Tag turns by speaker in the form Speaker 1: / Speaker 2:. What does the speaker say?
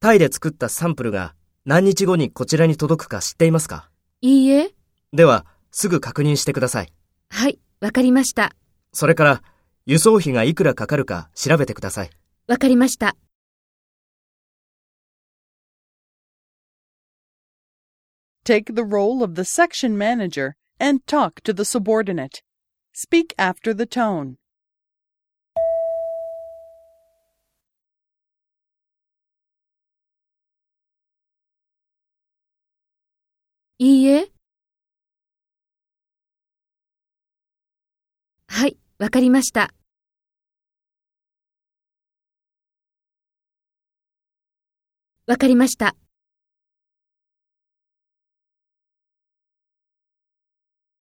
Speaker 1: タイで作ったサンプルが何日後にこちらに届くか知っていますか
Speaker 2: いいえ。
Speaker 1: では、すぐ確認してください。
Speaker 2: はい、わかりました。
Speaker 1: それから、輸送費がいくらかかるか調べてください。
Speaker 2: わかりました。
Speaker 3: Take the role of the section manager and talk to the subordinate. Speak after the tone.
Speaker 2: いいえ。はい、わかりました。わかりました。